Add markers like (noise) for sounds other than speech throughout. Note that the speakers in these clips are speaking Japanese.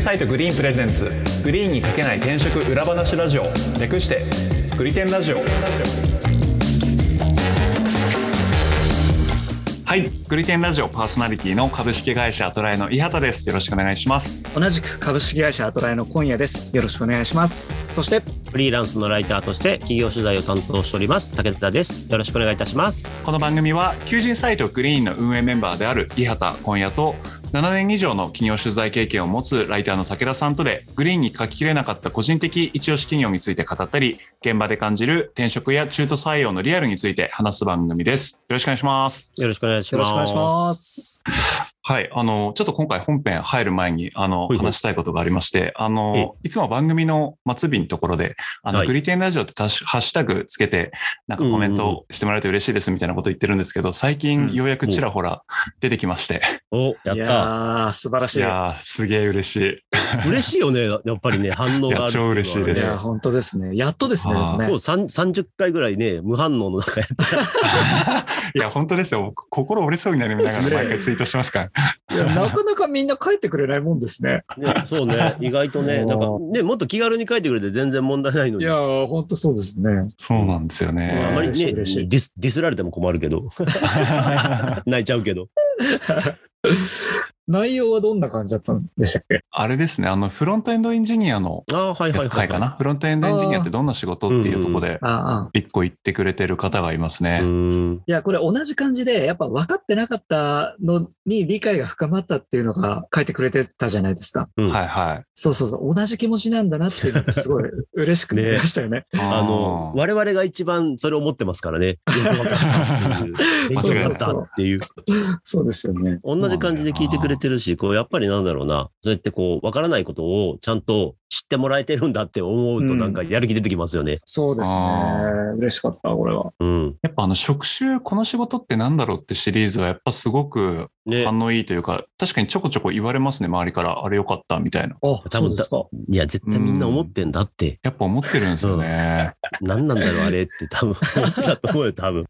サイトグリーンプレゼンツグリーンにかけない転職裏話ラジオ略してグリテンラジオはいグリテンラジオパーソナリティの株式会社アトライの伊畑ですよろしくお願いします同じく株式会社アトライの今夜ですよろしくお願いしますそしてフリーランスのライターとして企業取材を担当しております武田ですよろしくお願いいたしますこの番組は求人サイトグリーンの運営メンバーである伊畑今夜と7年以上の企業取材経験を持つライターの武田さんとでグリーンに書ききれなかった個人的一押し企業について語ったり現場で感じる転職や中途採用のリアルについて話す番組ですよろしくお願いしますよろしくお願いしよまろすしくお願いしますはい。あの、ちょっと今回本編入る前に、あの、はいはい話したいことがありまして、あえの、いつも番組の末尾のところで、あの、はいグリテンラジオってタッシュハッシュタグつけて、なんかコメントしてもらえると嬉しいですみたいなこと言ってるんですけど、最う近んようやくちらほら出てきまして、おいやっやたー素晴らしいいいややー、すげえ嬉しい。嬉しいよねやっ (laughs) ぱりね反応があるってうのはねいや超嬉しいです本当ですねやっとですねあーでももねうさん30回ぐらいね無反応の中やっいや、本当ですよ。僕心折れそうになりながら毎回ツイートしてますから。いやなかなかみんな書いてくれないもんですねた、 (laughs) ね、そうね意外とねおーなんかねもっと気軽に書いてくれて全然問題ないいのにやー本当そうですねそうなんですよあまね。りねデ嬉しい嬉しいィスディスられても困るけど (laughs) 泣いちゃうけど内容はどんな感じだったんでしたっけ (laughs) あれですね、あの、フロントエンドエンジニアのああはいはいやつは会いかな。フロントエンドエンジニアってどんな仕事っていうところで、ああ一個言ってくれてる方がいますね。うーんいやこれ同じ感じでやっぱ分かってなかったのに理解が深まったっていうのが書いてくれてたじゃないですかうんはいはい。そうそうそう同じ気持ちなんだなっていうのがすごい嬉しくなりましたよね (laughs) あの、我々が一番それを持ってますか (laughs) らね。よくわかったっていう。勉強になったっていう。そうですよね同じ感じで聞いてくれてるし、こう、やっぱりなんだろうな。そうやってこう、わからないことをちゃんと知ってもらえてるんだって思うと、うんなんかやる気出てきますよね。そうですねあ。嬉しかった、これは。うん。やっぱあの、職種、この仕事ってなんだろうってシリーズはやっぱすごくね。反応いいというか、確かにちょこちょこ言われますね、周りから。あれよかった、みたいな。あ多分だか。いや、絶対みんな思ってんだって。やっぱ思ってるんですよ (laughs) ね。何なんだろう、あれって多分 (laughs) 思ってたと思うよ、多分。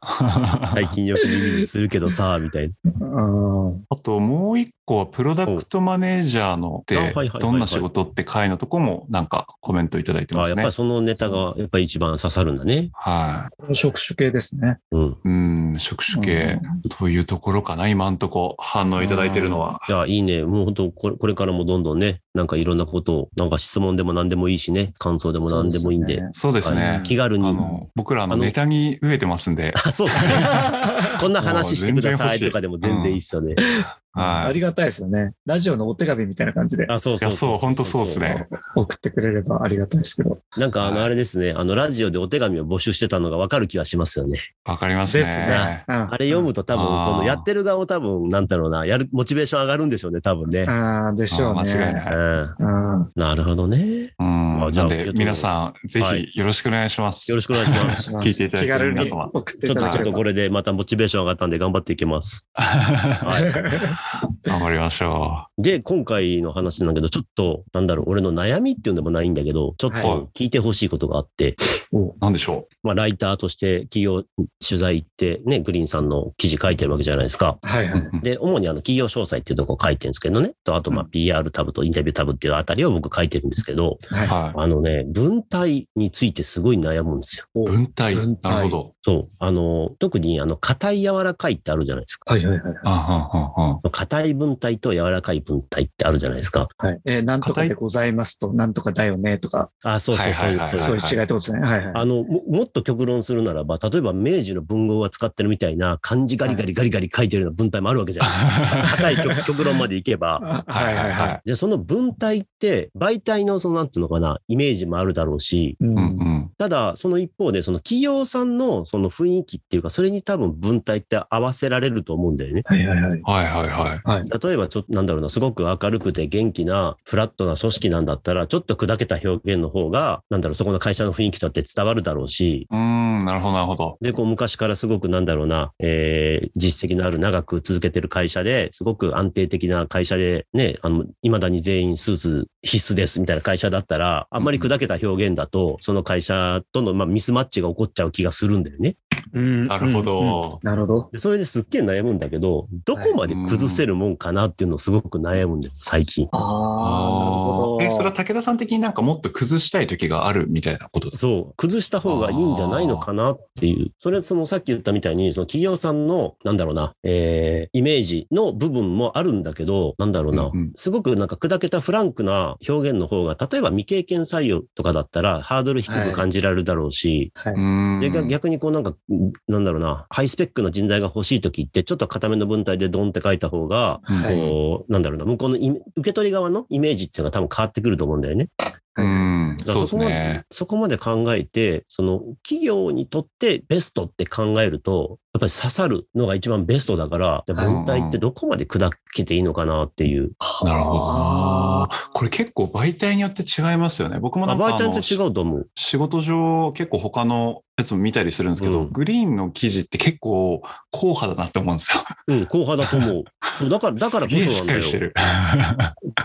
最近よく耳にするけどさ、みたいな。うん (laughs) あともう一個はプロダクトマネージャーのあはいではいはいはいどんな仕事って会のとこもなんかコメントいただいてあまやすっぱねり。そのネタが、やっぱり一番刺さるんだね。はこの職種系ですね。うん。い。うん、職種系というところかな、今んとこ反応いただいてるのは。いや、いいね。もう本当これ、これからもどんどんね、なんかいろんなことを、なんか質問でも何でもいいしね、感想でも何でもいいんで、そうそうですあねの。気軽に。ああ (laughs) の、僕らあのあのネタに飢えてますん (laughs) で。そうですね。こんな話してもくだう全然欲さしいいとかでも全然いいっすよね。あはいり。がたいですよね。ラジオのお手紙みたいな感じであ、そういそうやそう本当そうっすね送ってくれればありがたいですけど。なんかあはの、いあれですね、あの、ラジオでお手紙を募集してたのがわかる気はしますよね。わかりますですねね。ああれ読むと多分、あこーのやってる側を多分、なんだろうな、やる、モチベーション上がるんでしょうね、多分ね。あーでしょうね。あー間違いなういん。うんなるほどね。うん。あじゃなあんで、皆さん、ぜはいひよろしくお願いします。よろしくお願いします。聞いていただいて気軽皆に様送って (laughs) ちいょったと、だけちょれっとばこ。れでまたモチベーション上がったんで頑張っていきます。はい (laughs) 頑張りましょで、今回の話なんだけど、ちょっと、なんだろう、俺の悩みっていうのでもないんだけど、ちょっはいと聞いてほしいことがあって、う。なんでしょまあ、ライターとして企業取材行って、ね、グリーンさんの記事書いてるわけじゃないですか。はいはう。い。で、主にあの企業詳細っていうとこ書いてるんですけどね。とあと、まあ、う PR タブとインタビュータブっていうあたりを僕書いてるんですけど、ははあのね、文体についてすごい悩むんですよ。い。文体。文体なるほど。そう。あの、特に、あの、硬い柔らかいってあるじゃないですか。い。はいはいはい。あはんはんはん硬い文体と柔らかい文体ってあるじゃないですか。はいえー、なんとかでございますと、なんとかだよねとか、あ、そうそうそうはいそはいはういはいそういう違いってことですね。はいはい。あのももっと極論するならば例えば明治の文豪が使ってるみたいな漢字ガリガリガリガリ書いてるような文体もあるわけじゃないですか硬い極極論までいけば。あははいいははいいは。はいでその文体って媒体のそのなんていうのかなイメージもあるだろうしい。う。うんうんん。ただその一方でその企業さんのその雰囲気っていうかそれに多分文体って合わせられると思うんだよね。はいはいはい。はいはいはい。例えばちょっとなんだろうなすごく明るくて元気なフラットな組織なんだったらちょっと砕けた表現の方がなんだろうそこの会社の雰囲気だって伝わるだろうしうーん、なるほどなるほど。で、こう、昔からすごくなんだろうな、えー実績のある長く続けてる会社で、すごく安定的な会社で、ね、あの、未だに全員スーツ必須ですみたいな会社だったら、あんまり砕けた表現だと、その会社との、まあ、ミスマッチが起こっちゃう気がするんだよね。うんなるほうんうんど。なるほど。でそれですっげえ悩むんだけど、どこまで崩せるもんかなっていうのをすごく悩むんで、最近。ああ、なるほど。え、それは武田さん的になんかもっと崩したい時があるみたいなことですかそう、崩した方がいいんじゃないのかなっていう、それ、そのさっき言ったみたいに、その企業さんの、なんだろうな、えーイメージの部分もあるんだけど、なんだろうな、うんうんすごくなんか砕けたフランクな表現の方が、例えば未経験採用とかだったら、ハードル低く感じられるだろうし、はい。うんで逆逆にこうなんか、うんなんだろうな、ハイスペックの人材が欲しい時って、ちょっと固めの文体でドンって書いた方が、はういんこうなんだろうな、向こうのイメ受け取り側のイメージっていうのが多分変わってくると思うんだよね。うん、だかそうらですそこまでね。そこまで考えて、その企業にとってベストって考えると、やっぱり刺さるのが一番ベストだから、はい文体ってどこまで砕けていいのかなっていう。なるほどあな。これ結構媒体によって違いますよね。僕もまなあんかあ媒体のと違うと思う。仕事上結構他のやつも見たりするんですけど、うんグリーンの記事って結構硬派だなって思うんですよ。うん、硬派だと (laughs) 思う。そう、だから、だからこすげえそしっなかんだより。してる。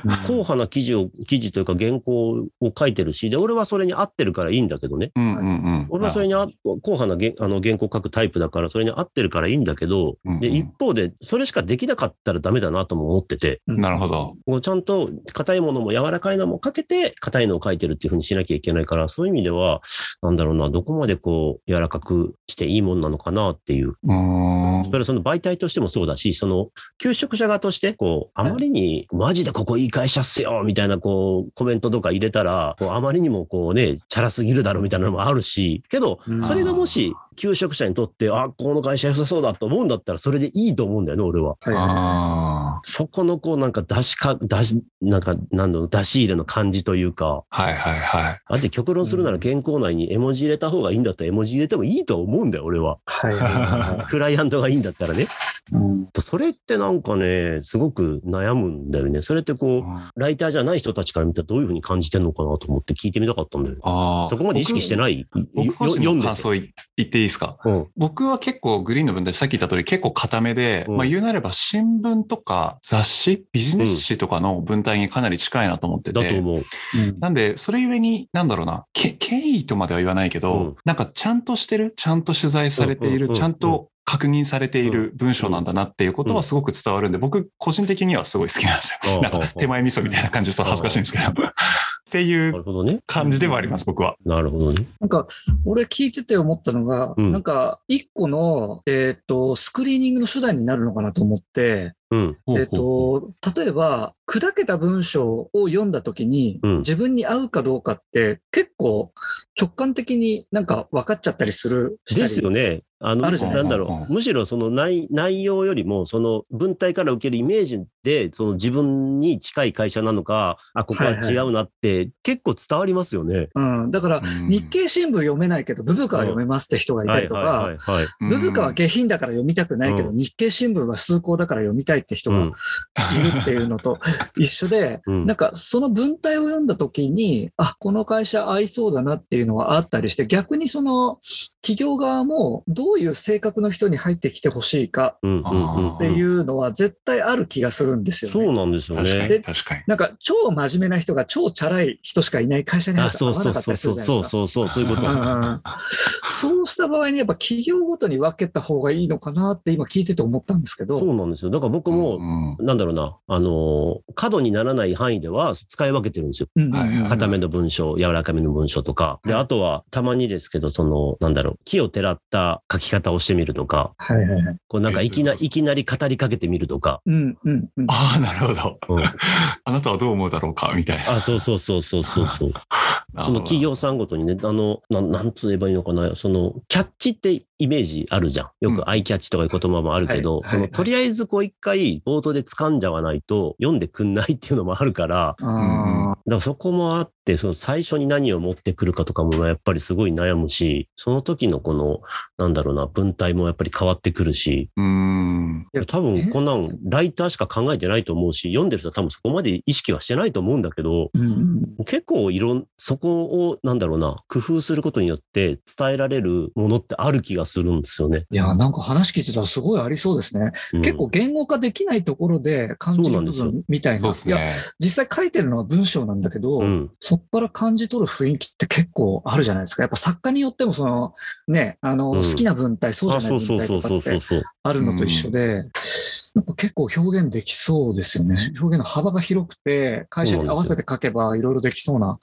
硬派な記事を、記事というか原稿を書いてるし、で、俺はそれに合ってるからいいんだけどね。うんうんうん。俺はそれにあ硬派なげあの原稿書くタイプだから、それに合ってるからいいんだけど、うんで、うん一方で、それしかできなかったらダメだなとも思ってて、なるほど。こうちゃんと硬いものも柔らかいのもかけて硬いのを書いてるっていうふうにしなきゃいけないから、そういう意味では、なんだろうな、どこまでこう柔らかくしていいもんなのかなっていう。うーんそれはその媒体としてもそうだし、その求職者側として、こう、あまりに、マジでここいい会社っすよみたいな、こう、コメントとか入れたら、こうあまりにもこうね、チャラすぎるだろみたいなのもあるし、けど、うんそれがもし、求職者にとって、あ、この会社良さそうだと思うんだったら、それでいいと思うんだよね、俺は。はいあそこのこうなんか出しか、出し、なんか、なんだろう、出し入れの感じというか、ーはいはいはい。あって極論するなら原稿内に絵文字入れた方がいいんだったら絵文字入れてもいいと思うんだよ、(laughs) 俺は。はい (laughs) はクライアントがいいんだったらね。い。うんそれってなんかね、すごく悩むんだよね。それってこう、ライターじゃない人たちから見たらどういうふうに感じてんのかなと思って聞いてみたかったんだよ。あーそこまで意識してない僕よ個人読んので感て。想い言っていいですかうん。僕は結構グリーンの文体さっき言った通り結構固めで、うんまあ言うなれば新聞とか雑誌ビジネス誌とかの文体にかなり近いなと思ってて、だと思う。なんでそれゆえになんだろうなけ権威とまでは言わないけど、うんなんかちゃんとしてるちゃんと取材されている、うんうんうんちゃんと確認されている文章なんだなっていうことはすごく伝わるんで、僕個人的にはすごい好きなんですよ。うんなんか手前味噌みたいな感じでちょっと恥ずかしいんですけど。っていなるうほどね。感じではあります、僕は。なるほどね。 (laughs) なんか、俺聞いてて思ったのが、うんなんか、一個の、えっ、と、スクリーニングの手段になるのかなと思って、うん。えっ、と、例えば、砕けた文章を読んだときに、うん自分に合うかどうかって、結構直感的になんか分かっちゃったりする。したりですよね。あの、あるじゃないなんだうんうんろうんう。むしろその内内容よりも、その文体から受けるイメージで、その自分に近い会社なのか、あ、ここは違うなって、結構伝わりますよね。うん。だから、うん日経新聞読めないけど、ブブカは読めますって人がいたりとか、いはい。うんブブカは下品だから読みたくないけど、う日経新聞は崇高だから読みたいって人うがん。いるっていうのと一緒で、うんなんかその文体を読んだ時に、あ、この会社合いそうだなっていうのはあったりして、逆にその企業側もどういう性格の人に入ってきてほしいかうん。うん。うん。っていうのは絶対ある気がするんですよね。そうなんですよ確かね。に、確かに。なんか超真面目な人が超チャラい人しかいない会社に入あ、るとそ合うわそなうかったそうりすそるうじゃないそですか。うそうそう、そういうこと。うんうんそうした場合にやっぱ企業ごとに分けた方がいいのかなって今聞いてて思ったんですけど。そうなんですよ。だから僕も、も、なんだろうな、あのー、過度にならない範囲では使い分けてるんですよ。うんうんうんはいはい硬めの文章、柔らかめの文章とか、で、はいあとはたまにですけど、その、なんだろう、木をてらった書き方をしてみるとか、はいはいはい。こうなんかえいきなそういうこといきなり語りかけてみる (laughs) とか、うんうんうん。ああ、なるほど。うん、あなたはどう思うだろうかみたいな。あ、そうそうそうそうそうそう。その企業さんごとにね、あの、なんなんつえばいいのかな、その、キャッチってイメージあるじゃん。ようんくアイキャッチとかいう言葉もあるけはど、いはいその、はいとりあえずこう一回冒頭で掴んじゃわないと読んでくんないっていうのもあるから、あーだからそこもあって、その最初に何を持ってくるかとかもやっぱりすごい悩むし、その時のこの、なんだろうな、文体もやっぱり変わってくるし、うーん。いや多え分こんなんライターしか考えてないと思うし、読んでる人は多分そこまで意識はしてないと思うんだけど、うんうん結構いろん、そこをなんだろうな、工夫することによって伝えられるものってある気がするんですよね。いや、なんか話聞いてたらすごいありそうですね。うん結構言語化できないところで感じる部そうなんです分みたいな。そうですいや、ね。実際書いてるのは文章なんだけど、うん、そこから感じ取る雰囲気って結構あるじゃないですか。やっぱ作家によってもその、ね、あの、うん好きな文体、そうじあゃないそう文そう体そとうかそっうそてうそう。あるのと一緒で、やっぱ結構表現できそうですよね。表現の幅が広くて、会社に合わせて書けばいろいろできそうな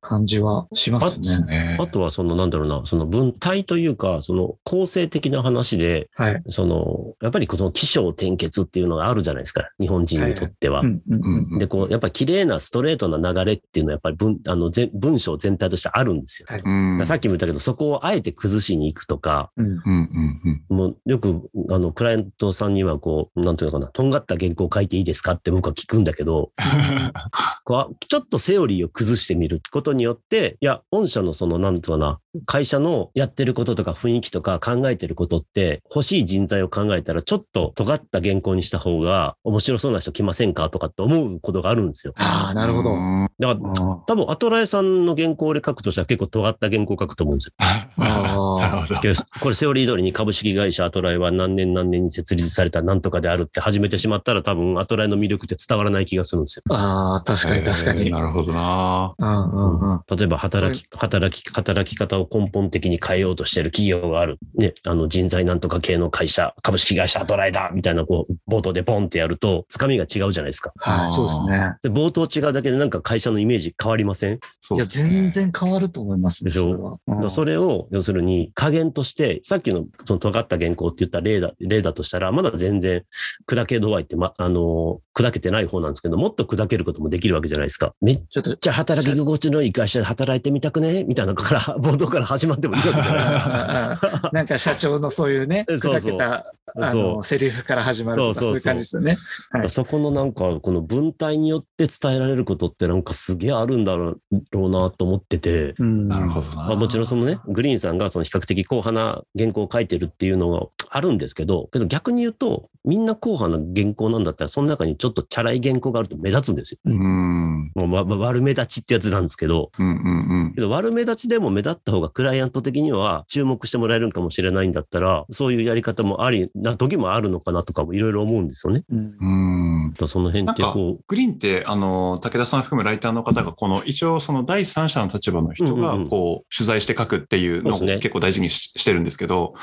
感じはしますですね。ねあとは、その、なんだろうな、その文体というか、その構成的な話で、はい。その、やっぱりこの起承転結っていうのがあるじゃないですか、日本人にとってはう。んうんうん。で、こう、やっぱり綺麗なストレートな流れっていうのは、やっぱり文、あの、全文章全体としてあるんですよ。はいうんだからさっきも言ったけど、そこをあえて崩しに行くとか、うんうんうんうんもうよく、あの、クライアントさんには、こう、なんていうのかな、とんがった原稿を書いていいですかって僕は聞くんだけど、こうちょっとセオリーを崩してみることによって、いや、御社のその、なんとかな、会社のやってることとか雰囲気とか考えてることって、欲しい人材を考えたら、ちょっと尖った原稿にした方が面白そうな人来ませんかとかって思うことがあるんですよ。 (laughs) ああ、なるほど。うあんだから、ー多分、アトラエさんの原稿で書くとしたら結構尖った原稿を書くと思うんですよ。なあ (laughs) るほどけどこれセオリー通りに株式会社アトライは何年何年に設立されたなんとかであるって始めてしまったら多分アトライの魅力って伝わらない気がするんですよ。ー、あー確かに確かえーに。なるほどな。うんうんうん。例えば働き、働き、働き方を根本的に変えようとしている企業がある。ね、あの人材なんとか系の会社、株式会社アトライだみたいなこう、冒頭でポンってやると、つかみが違うじゃないですか。あはーい、そうですね。で、冒頭違うだけでなんか会社のイメージ変わりませんそいうや、ですね全。然変わると思いますね、でしょそれは。だからそれを、要するに、加減として、さっきの、その、尖った原稿って言った例だ、例だとしたら、まだ全然、砕け度合いって、ま、あのー、砕けてない方なんですけど、もっと砕けることもできるわけじゃないですか。めっちょっと、ちゃ働き心地のいい会社で働いてみたくねみたいなのから、冒頭から始まってもいいわけじゃないです (laughs) か。なんか社長のそういうね、そうそう砕けたあそのセリフから始まるとか、そそうういうそうそう感じですよね。はいそこのなんか、この文体によって伝えられることってなんかすげえあるんだろうなと思ってて、ななるほどな。まあ、もちろんそのね、グリーンさんがその比較的硬派な原稿を書いてるっていうのがあるんですけど、けど逆に言うと、みんな硬派な原稿なんだったら、その中にちょっとチャラい原稿があると目立つんですよ。うん。うんもうわわ悪目立ちってやつなんですけど、うんうん。けど悪目立ちでも目立った方がクライアント的には注目してもらえるんかもしれないんだったら、そういうやり方もありな時もあるのかなとかもいろいろ思うんですよね。うんうんだからその辺ってこグリーンって、あの、武田さん含むライターの方が、この、一応、その第三者の立場の人がうんうんうん、こう、取材して書くっていうのをそうですね結構大事にししてるんですけど、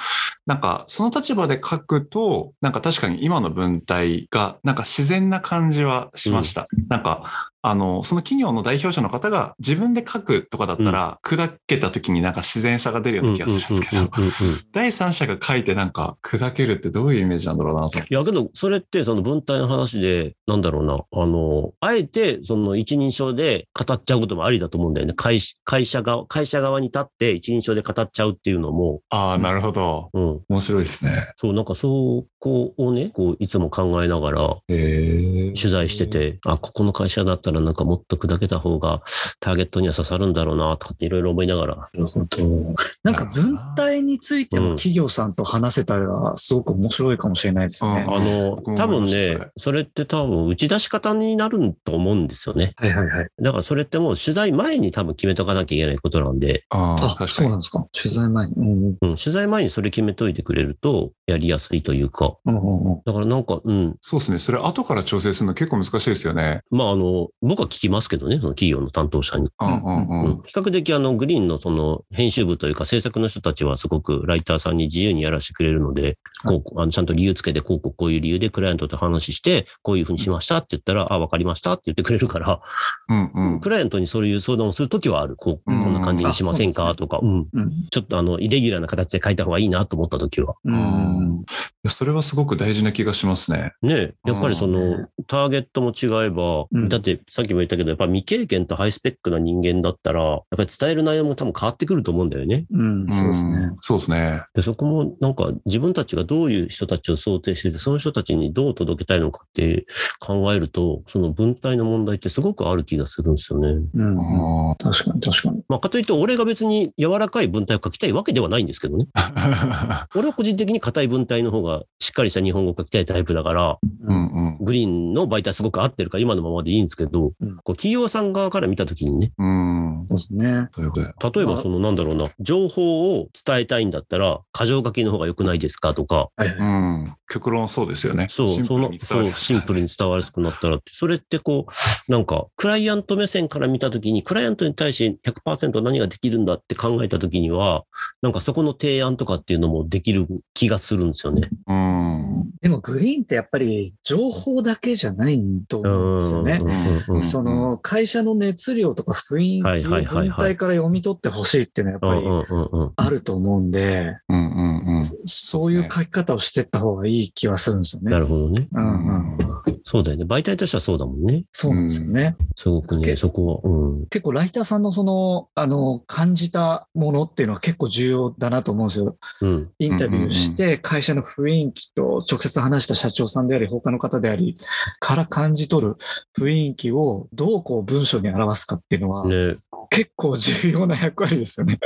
なんか、その立場で書くと、なんか確かに今の文体が、なんか自然な感じはしました。なんか、あの、その企業の代表者の方が自分で書くとかだったら、砕けた時になんか自然さが出るよう、うな気がするんですけど、うんうんうんうんうん第三者が書いてなんか、砕けるってどういうイメージなんだろうなと。いやけど、それってその文体の話で、なんだろうな、あの、あえてその一人称で語っちゃうこともありだと思うんだよね。会社会社側、会社側に立って一人称で語っちゃうっていうのも、ああ、なるほど。うん。面白いですね。そう、なんかそこをね、こう、いつも考えながらへえ。取材してて、あ、ここの会社だったらなんかもっと砕けた方がターゲットには刺さるんだろうな、とかっていろいろ思いながら。なるほど。なんか文体についても企業さんと話せたらすごく面白いかもしれないですよねうん。あの僕、も多思い分ましたねそれ、それって多分打ち出し方になると思うんですよね。はいはいはい。だからそれってもう取材前に多分決めとかなきゃいけないことなんで、ああ、確かあ、に。そうなんですか。取材前に。うんうん、取材前にそれ決めといてくれるとやりやすいというか、うんうんうんうんだからなんか、うん、そうですね。それ後から調整するの結構難しいですよね。まああの、僕は聞きますけどね、その企業の担当者に。うんうんう。うんん、比較的あのグリーンのその編集部というか制作の人たちはすごくライターさんに自由にやらせてくれるので、こうこうあのちゃんと理由つけて、こうこうこういう理由でクライアントと話して、こういうふうにしましたって言ったら、あ、わかりましたって言ってくれるから、うんうん。クライアントにそういう相談をするときはある。こう、うんこんな感じにしませんかあとか、うん。うんちょっとあの、イレギュラーな形で書いた方がいいなと思ったときは。ううんんいやそれはすごく大事な気がしますね。ねえ、やっぱりそうんの、ターゲットも違えば、うんだってさっきも言ったけど、やっぱ未経験とハイスペックな人間だったら、やっぱり伝える内容も多分変わってくると思うんだよね。うん、そうですうね。ん。そうですね。で、そこもなんか自分たちがどういう人たちを想定してて、その人たちにどう届けたいのかって考えると、その文体の問題ってすごくある気がするんですよね。うんうんあ確かに確かに。まあ、かといって俺が別に柔らかい文体を書きたいわけではないんですけどね。あ俺は個人的に硬い文体の方がしっかりした日本語を書きたいタイプだから、 (laughs) うんうん。グリーンの媒体すごく合ってるから今のままでいいんですけど、うんこう企業さん側から見たときにね、うん。そうですね。ということで。例えばまあそのなんだろうな、情報を伝えたいんだったら、過剰書きの方が良くないですかとか、はいはいうん。極論そうですよね。そう、シンプそルのに、伝そわう、るシンプルに伝わりやすくなったらって、それってこう、なんか、クライアント目線から見たときに、クライアントに対して100%何ができるんだって考えたときには、なんかそこの提案とかっていうのもできる気がするんですよね。うん。うんでもグリーンってやっぱり情報だけじゃないと思うんですよね。うんうんその会社の熱量とか雰囲は気いをはいはいはい全体から読み取ってほしいっていうのはやっぱりうんうんうんうんあると思うんで、うんうんうんそういう書き方をしてった方がいい気はするんですよね。なるほどね。うんうん。そうだよね。媒体としてはそうだもんね。そうなんですよね。すごくね、けそこは。うん。結構ライターさんのその、あの、感じたものっていうのは結構重要だなと思うんですよ。うん。インタビューして、会社の雰囲気と直接話した社長さんであり、他の方であり、から感じ取る雰囲気をどうこう文章に表すかっていうのは、ね。結構重要な役割ですよね。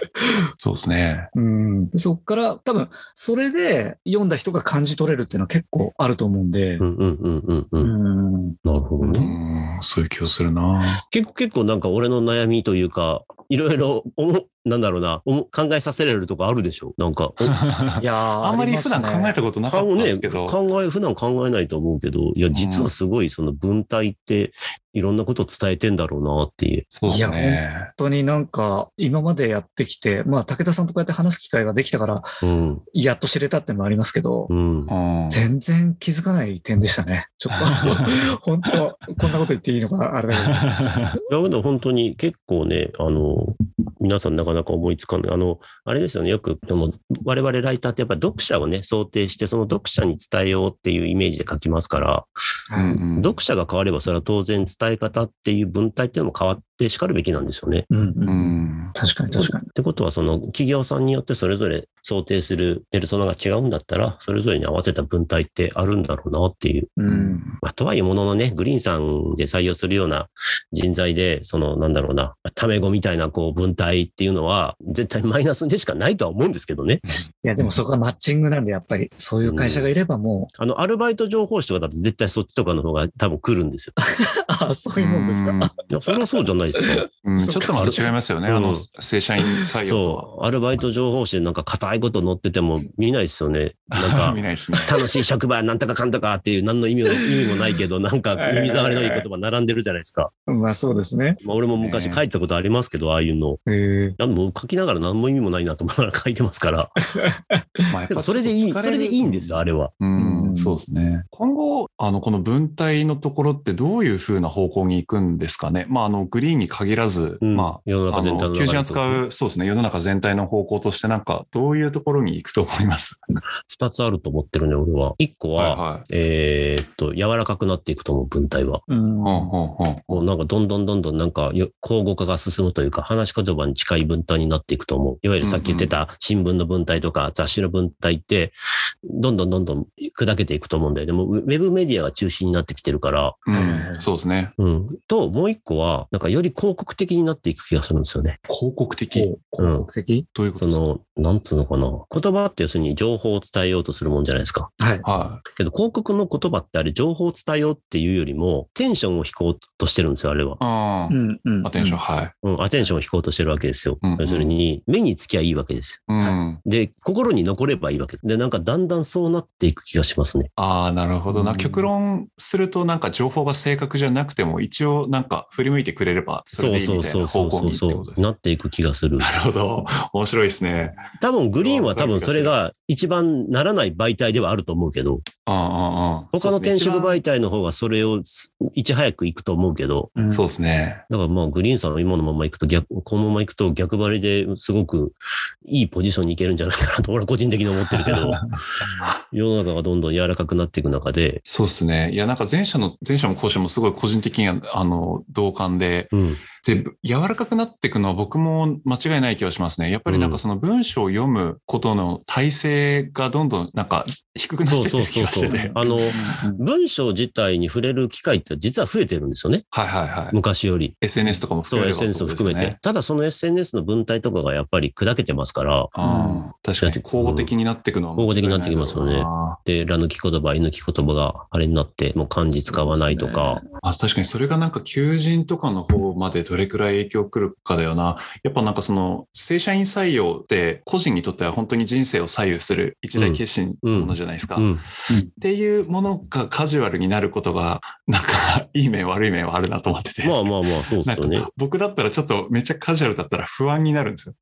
そうですね。うん。そっから、多分、それで読んだ人が感じ取れるっていうのは結構あると思うんでう、んうんうんうんう。うんん。なるほどね。うんそういう気がするな。結構、結構なんか俺の悩みというか、いろいろ、おもなんだろう (laughs) な、おも考えさせられるとこあるでしょなん (laughs) か、おいやーあんまり普段考えたたことなか考ったんでね、すけど。考え、普段考えないと思うけど、いや、実はすごい、その文体って、いろんなことを伝えてんだろうなっていう。そうですいね。本当になんか、今までやってきて、まあ、武田さんとこうやって話す機会ができたから、うん。やっと知れたってのもありますけど、ううん。ん全然気づかない点でしたね。ちょっと、本当、こんなこと言っていいのか、あれだけど。いや、でも本当に結構ね、あの、皆さんなかなか思いつかない。あの、あれですよね、よく、あの、我々ライターってやっぱ読者をね、想定して、その読者に伝えようっていうイメージで書きますから、うんうん読者が変われば、それは当然伝え方っていう文体っていうのも変わってしかるべきなんですよね。うんううんん確かに確かにっ。てことは、その企業さんによってそれぞれ想定するペルソナが違うんだったら、それぞれに合わせた文体ってあるんだろうなっていう。う。うんんまあ、とはいえもののね、グリーンさんで採用するような人材で、その、なんだろうな、タメ語みたいな、こう、文体っていうのは、絶対マイナスでしかないとは思うんですけどね。いや、でもそこはマッチングなんで、やっぱり、そういう会社がいればもあの、アルバイト情報誌とかだと絶対そっちとかの方が多分来るんですよ。う、あそういうもんですか。い (laughs) や、それはそうじゃないですか。うんちょっとまた違いますよね、うんあの正社員採用とそう。アルバイト情報誌でなんか硬いこと載ってても見ないですよね。なん (laughs) は。か見。ないですね。楽しい職場なんとかかんとかっていう何の意味 (laughs) も意味もないけど、なんか耳障りのいい言葉並んでるじゃないですか。まあ、そうですね。まあ、俺も昔書いてたことありますけど、ああいうの。へーいやもう書きながら何も意味もないなと思いながら書いてますから。まあやっぱちょっとそれでいい、疲そるれでいいんですよ、あれは。うんうんそうですね。今後、あの、この文体のところってどういうふうな方向に行くんですかね。まあ、あの、グリーンに限らず、うんま世のあ、中あ全体の、の求人中で扱う、そうですね、世の中全体の方向として、なんか、どういうところに行くと思います二つあると思ってるね、俺は。一個は、はえーっと、柔らかくなっていくと思う、文体は。ういんはい。うんうんうんもうなんかどんどんどんどんなんかよ口語化が進むというか話し言葉に近い文体になっていくと思う。いわゆるさっき言ってた新聞の文体とか雑誌の文体ってどんどんどんどん砕けていくと思うんだよね。もうウェブメディアが中心になってきてるから。うんそうですね。うん。と、もう一個はなんかより広告的になっていく気がするんですよね。広告ほう的。広告的どういうことそですの、なんつうのかな。言葉って要するに情報を伝えようとするもんじゃないですか。はい。かはけど広告の言葉ってあれ情報を伝えようっていうよりもテンションを引こうとしてるんですよ、あれは。い。うん。ん、うんアテンション、はい。うん、アテンションを引こうとしてるわけですよ。うんうん要するに、目につきゃいいわけですうん。よ。で、心に残ればいいわけです。で、なんかだんだんそうなっていく気がしますね。ああ、なるほどな。うん極論すると、なんか情報が正確じゃなくても、一応なんか振り向いてくれれば、それそでういいそうみたいそなうそ方う向にそうってことそですねう。なっていく気がする。なるほど。面白いですね。多分グリーンは多分それが一番ならない媒体ではあると思うけど、うんうんうん。他の転職合媒体の方がそれをすいち早く行くと思うけど、うんそうですね。だからまあグリーンさんの今のまま行くと逆、このまま行くと逆張りですごくいいポジションに行けるんじゃないかなと俺は個人的に思ってるけ (laughs) ど、世の中がどんどん柔らかくなっていく中で、そうですね。いや、なんか前者の、前者も後者もすごい個人的には、あの、同感で、うん、で、柔らかくなっていくのは僕も間違いない気がしますね。やっぱりなんかその文章を読むことの体制がどんどんなんか低くなそっうてそいうってそ気うがしそてうて。。あの、うんうん文章自体に触れる機会って実は増えてるんですよね。はいはいはい。昔より。 SNS とかも含そう、めれば SNS をってこと含ですめねて。。ただその SNS の文体とかがやっぱり砕けてますから、ああ、確かに。交互的になっていくのは間違いいだろう。交互的になってきますよねあで、ら抜き言葉、居抜き言葉があれになって、もう漢字使わないとか、あ確かにそれがなんか求人とかの方までどれくらい影響くるかだよな。やっぱなんかその正社員採用って個人にとっては本当に人生を左右する一大決心なものじゃないですか。うん。っていうものがカジュアルになることがなんか、いい面悪い面はあるなと思ってて。まあまあまあ、そうでなんすかよね。僕だったらちょっとめっちゃカジュアルだったら不安になるんですよ。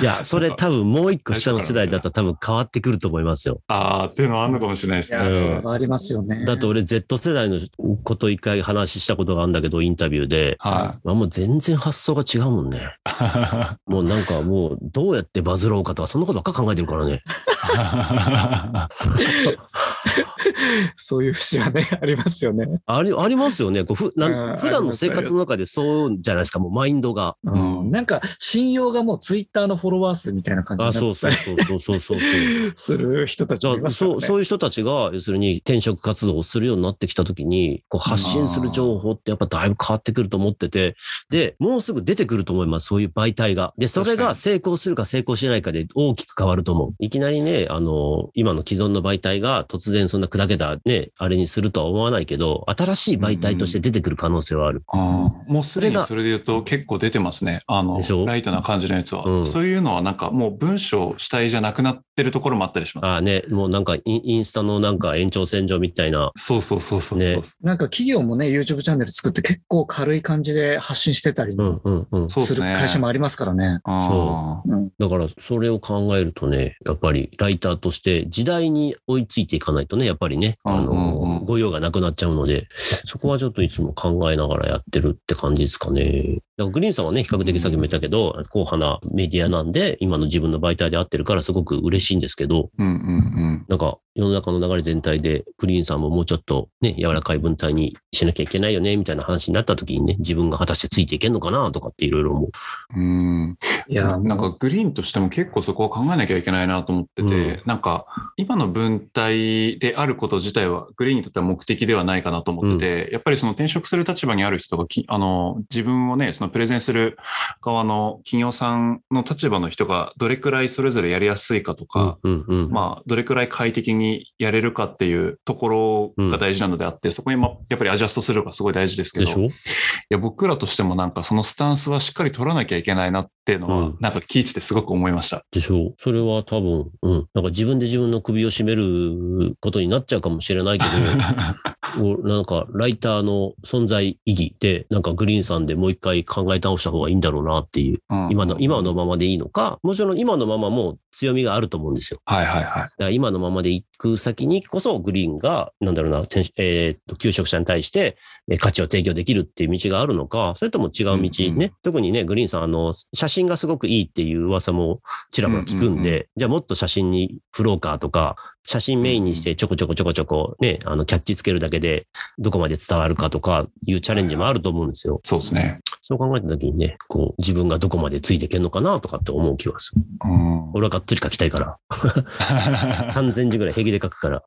いや、それ多分もう一個下の世代だったら多分変わってくると思いますよ。ああ、っていうのはあるのかもしれないでいすや、ね。それはありますよね。だって俺 Z 世代の子と一回話したことがあるんだけど、インタビューで。はあもう全然発想が違うもんね。 (laughs) もうなんかもうどうやってバズろうかとか、そんなことばっか考えてるからね。い。そういう節はね、ありますよね。あり、ありますよね。こうふうなんん普段の生活の中でそうじゃないですか、もうマインドが。うんうんなんか、信用がもうツイッターのフォロワー数みたいな感じにあ、なっそうそうそうそうそうそう。する人たちじゃもいまあ、すからそう、ねそういう人たちが、要するに転職活動をするようになってきたときに、こう発信する情報ってやっぱだいぶ変わってくると思ってて、で、もうすぐ出てくると思います、そういう媒体が。で、それ確かが成功するか成功しないかで大きく変わると思う。いきなりね、あの、今の既存の媒体が突然そんな砕けたね、あれにするとは思わないけど、新しい媒体として出てくる可能性はある。うんもうすでそにれがそれで言うと結構出てますね。あのでしょ、ライトな感じのやつは、うんそういうのはなんかもう文章主体じゃなくなってるところもあったりします。ああね、もうなんかインインスタのなんか延長線上みたいな、そうそうそうそうそう。ねなんか企業もね、YouTube チャンネル作って結構軽い感じで発信してたりうんうんうん。そうですするね。会社もありますからね。うんそだから、それを考えるとね、やっぱりライターとして時代に追いついていかないとね、やっぱりね、あうんうんうのん、御用がなくなっちゃうので、そこはちょっといつも考えながらやってるって感じですかね。だからグリーンさんはね、比較的さっきも言ったけど、硬派なメディアなんで、今の自分の媒体で合ってるからすごく嬉しいんですけど、うんうんなんか世の中の流れ全体で、グリーンさんももうちょっとね、柔らかい文体にしなきゃいけないよね、みたいな話になった時にね、自分が果たしてついていけんのかな、とかっていろいろ思う。うん。うん。いや、なんかグリーンとしても結構そこは考えなきゃいけないなと思ってて、うんなんか今の文体であること自体はグリーンにとっては目的ではないかなと思ってて、やっぱりその転職する立場にある人がきあの自分をねそのプレゼンする側の企業さんの立場の人がどれくらいそれぞれやりやすいかとか、うんうん。まあ、どれくらい快適にやれるかっていうところが大事なのであって、そこに、ま、やっぱりアジャストするのがすごい大事ですけでど、しいょや僕らとしてもなんかそのスタンスはしっかり取らなきゃいけないなっていうのは、うんなんか聞いててすごく思いました。でしょうそれは多分、うん。なんか自分で自分の首を絞めることになっちゃうかもしれないけど、おなんかライターの存在意義って、なんかグリーンさんでもう一回考え直した方がいいんだろうなっていう、うん今の、今のままでいいのか、もちろん今のままも強みがあると思うんですよ。はいはいはい。だから今のままで行く先にこそグリーンが、なんだろうな、転えーっと、求職者に対してえー価値を提供できるっていう道があるのか、それとも違う道ね。うんうん特にね、グリーンさん、あの、写真がすごくいいっていう噂もちらほら聞くんで、うんうんじゃあもっと写真に振ろうかとか、写真メインにしてちょこちょこちょこちょこね、あの、キャッチつけるだけでどこまで伝わるかとかいうチャレンジもあると思うんですよ。そうですね。そう考えた時にね、こう、自分がどこまでついていけるのかなとかって思う気がする。うん俺はがっつり書きたいから、3000字ぐらい平気で書くから、っ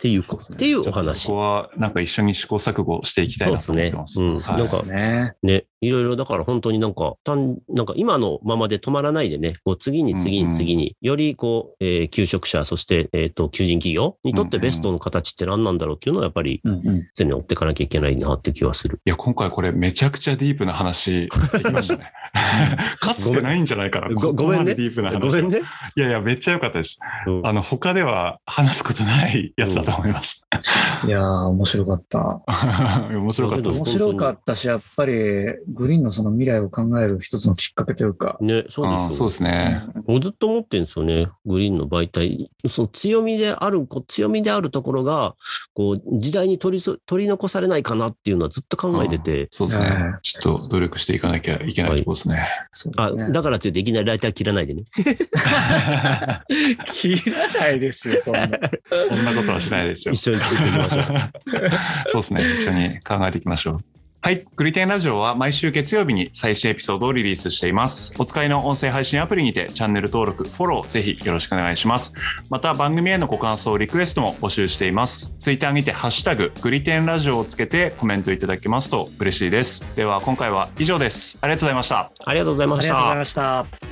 ていうそこうですと、ねっていうおちょっとそ話こ。はなんか一緒に試行錯誤していきたいなと思ってます。そうっすねはうんいなんかね。ね、いろいろだから本当になんか、単なんか今のままで止まらないでね、こう次に次に次に、よりこう、えー求職者、そして、えっ、と、求人企業にとってベストの形って何なんだろうっていうのはやっぱりうんうん。常に追っていかなきゃいけないなって気はする。いや、今回これめちゃくちゃディープな話できました (laughs) ね。かつてないんじゃないかな。ごごめここまんねでディープな話。ごめんね。いやいや、めっちゃ良かったです。うんあの、他では話すことないやつだと思います。いやー、面白かった。 (laughs) 面白かったです面。白かったし、やっぱり、グリーンのその未来を考える一つのきっかけというか、ね、そうあでーすそうよで。すね。もうずっと思ってるんですよね。グリーンの媒体。その強みである、こう強みであるところが、こう、時代に取りそ取り残されないかなっていうのはずっと考えてて、そうですねね。ちょっと努力していかなきゃいけないところですね。そうであ、すね。だからといっていきなりライター切らないでね。切ら (laughs) ないですよ、そんな。こんなことはしないですよ一。緒に作っていきましょう。 (laughs) そうですね。一緒に考えていきましょう。はい。グリテンラジオは毎週月曜日に最新エピソードをリリースしています。お使いの音声配信アプリにてチャンネル登録、フォロー、ぜひよろしくお願いします。また番組へのご感想、リクエストも募集しています。ツイッターにてハッシュタグ、グリテンラジオをつけてコメントいただけますと嬉しいです。では今回は以上です。ありがとうございました。ありがとうございあまりしがとうごたざい。ました。